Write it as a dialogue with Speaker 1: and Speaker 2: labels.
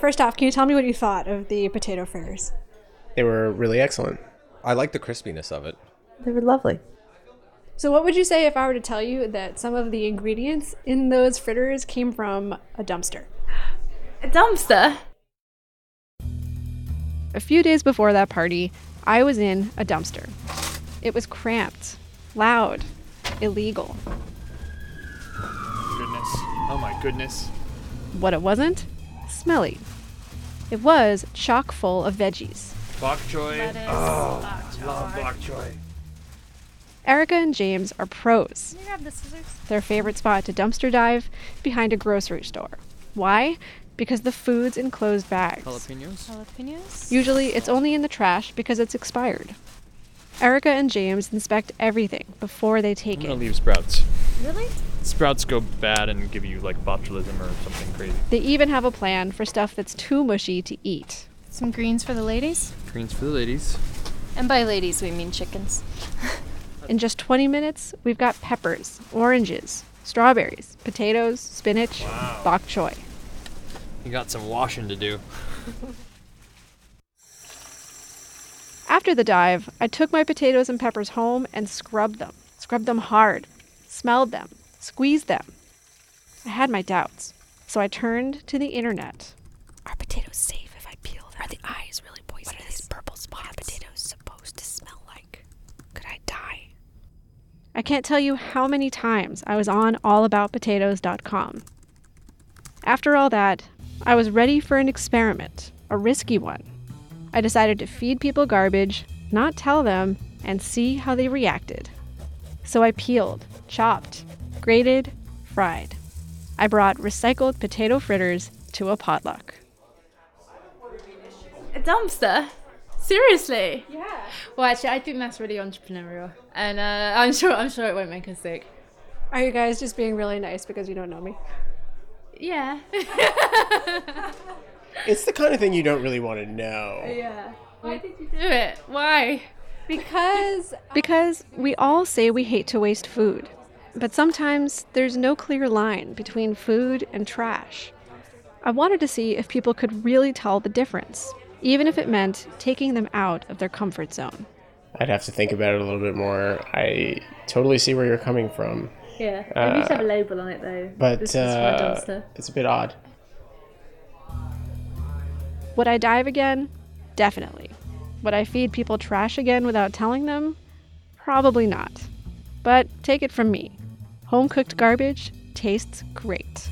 Speaker 1: first off, can you tell me what you thought of the potato fritters?
Speaker 2: They were really excellent.
Speaker 3: I like the crispiness of it.
Speaker 4: They were lovely.
Speaker 1: So, what would you say if I were to tell you that some of the ingredients in those fritters came from a dumpster?
Speaker 4: A dumpster.
Speaker 1: A few days before that party, I was in a dumpster. It was cramped, loud, illegal.
Speaker 5: Goodness. Oh my goodness.
Speaker 1: What it wasn't? Smelly. It was chock full of veggies.
Speaker 5: Bok choy. oh, love bok choy.
Speaker 1: Erica and James are pros.
Speaker 6: Can you grab the scissors?
Speaker 1: Their favorite spot to dumpster dive behind a grocery store. Why? Because the food's in closed bags.
Speaker 5: Jalapenos.
Speaker 6: Jalapenos?
Speaker 1: Usually it's only in the trash because it's expired. Erica and James inspect everything before they
Speaker 5: I'm
Speaker 1: take
Speaker 5: gonna
Speaker 1: it.
Speaker 5: leave sprouts.
Speaker 6: really?
Speaker 5: Sprouts go bad and give you like botulism or something crazy.
Speaker 1: They even have a plan for stuff that's too mushy to eat.
Speaker 6: Some greens for the ladies.
Speaker 5: Greens for the ladies.
Speaker 6: And by ladies, we mean chickens.
Speaker 1: In just 20 minutes, we've got peppers, oranges, strawberries, potatoes, spinach, bok choy.
Speaker 5: You got some washing to do.
Speaker 1: After the dive, I took my potatoes and peppers home and scrubbed them. Scrubbed them hard, smelled them, squeezed them. I had my doubts, so I turned to the internet.
Speaker 7: Are potatoes safe if I peel them? Are the eyes really poisonous? What are these purple spots? What are potatoes supposed to smell like? Could I die?
Speaker 1: I can't tell you how many times I was on allaboutpotatoes.com. After all that, I was ready for an experiment, a risky one. I decided to feed people garbage, not tell them, and see how they reacted. So I peeled, chopped, grated, fried. I brought recycled potato fritters to a potluck.
Speaker 4: A dumpster. Seriously.
Speaker 8: Well, actually, I think that's really entrepreneurial, and uh, I'm sure I'm sure it won't make us sick.
Speaker 1: Are you guys just being really nice because you don't know me?
Speaker 8: Yeah.
Speaker 2: It's the kind of thing you don't really want to know.
Speaker 8: Why did you do it? Why?
Speaker 1: Because because we all say we hate to waste food, but sometimes there's no clear line between food and trash. I wanted to see if people could really tell the difference, even if it meant taking them out of their comfort zone.
Speaker 2: I'd have to think about it a little bit more. I totally see where you're coming from, Uh,
Speaker 8: Yeah. Maybe you should have a label on it though.
Speaker 2: but
Speaker 8: this is for a
Speaker 2: uh,
Speaker 8: dumpster.
Speaker 2: it's a bit odd.
Speaker 1: Would I dive again? Definitely. Would I feed people trash again without telling them? Probably not. But take it from me home cooked garbage tastes great.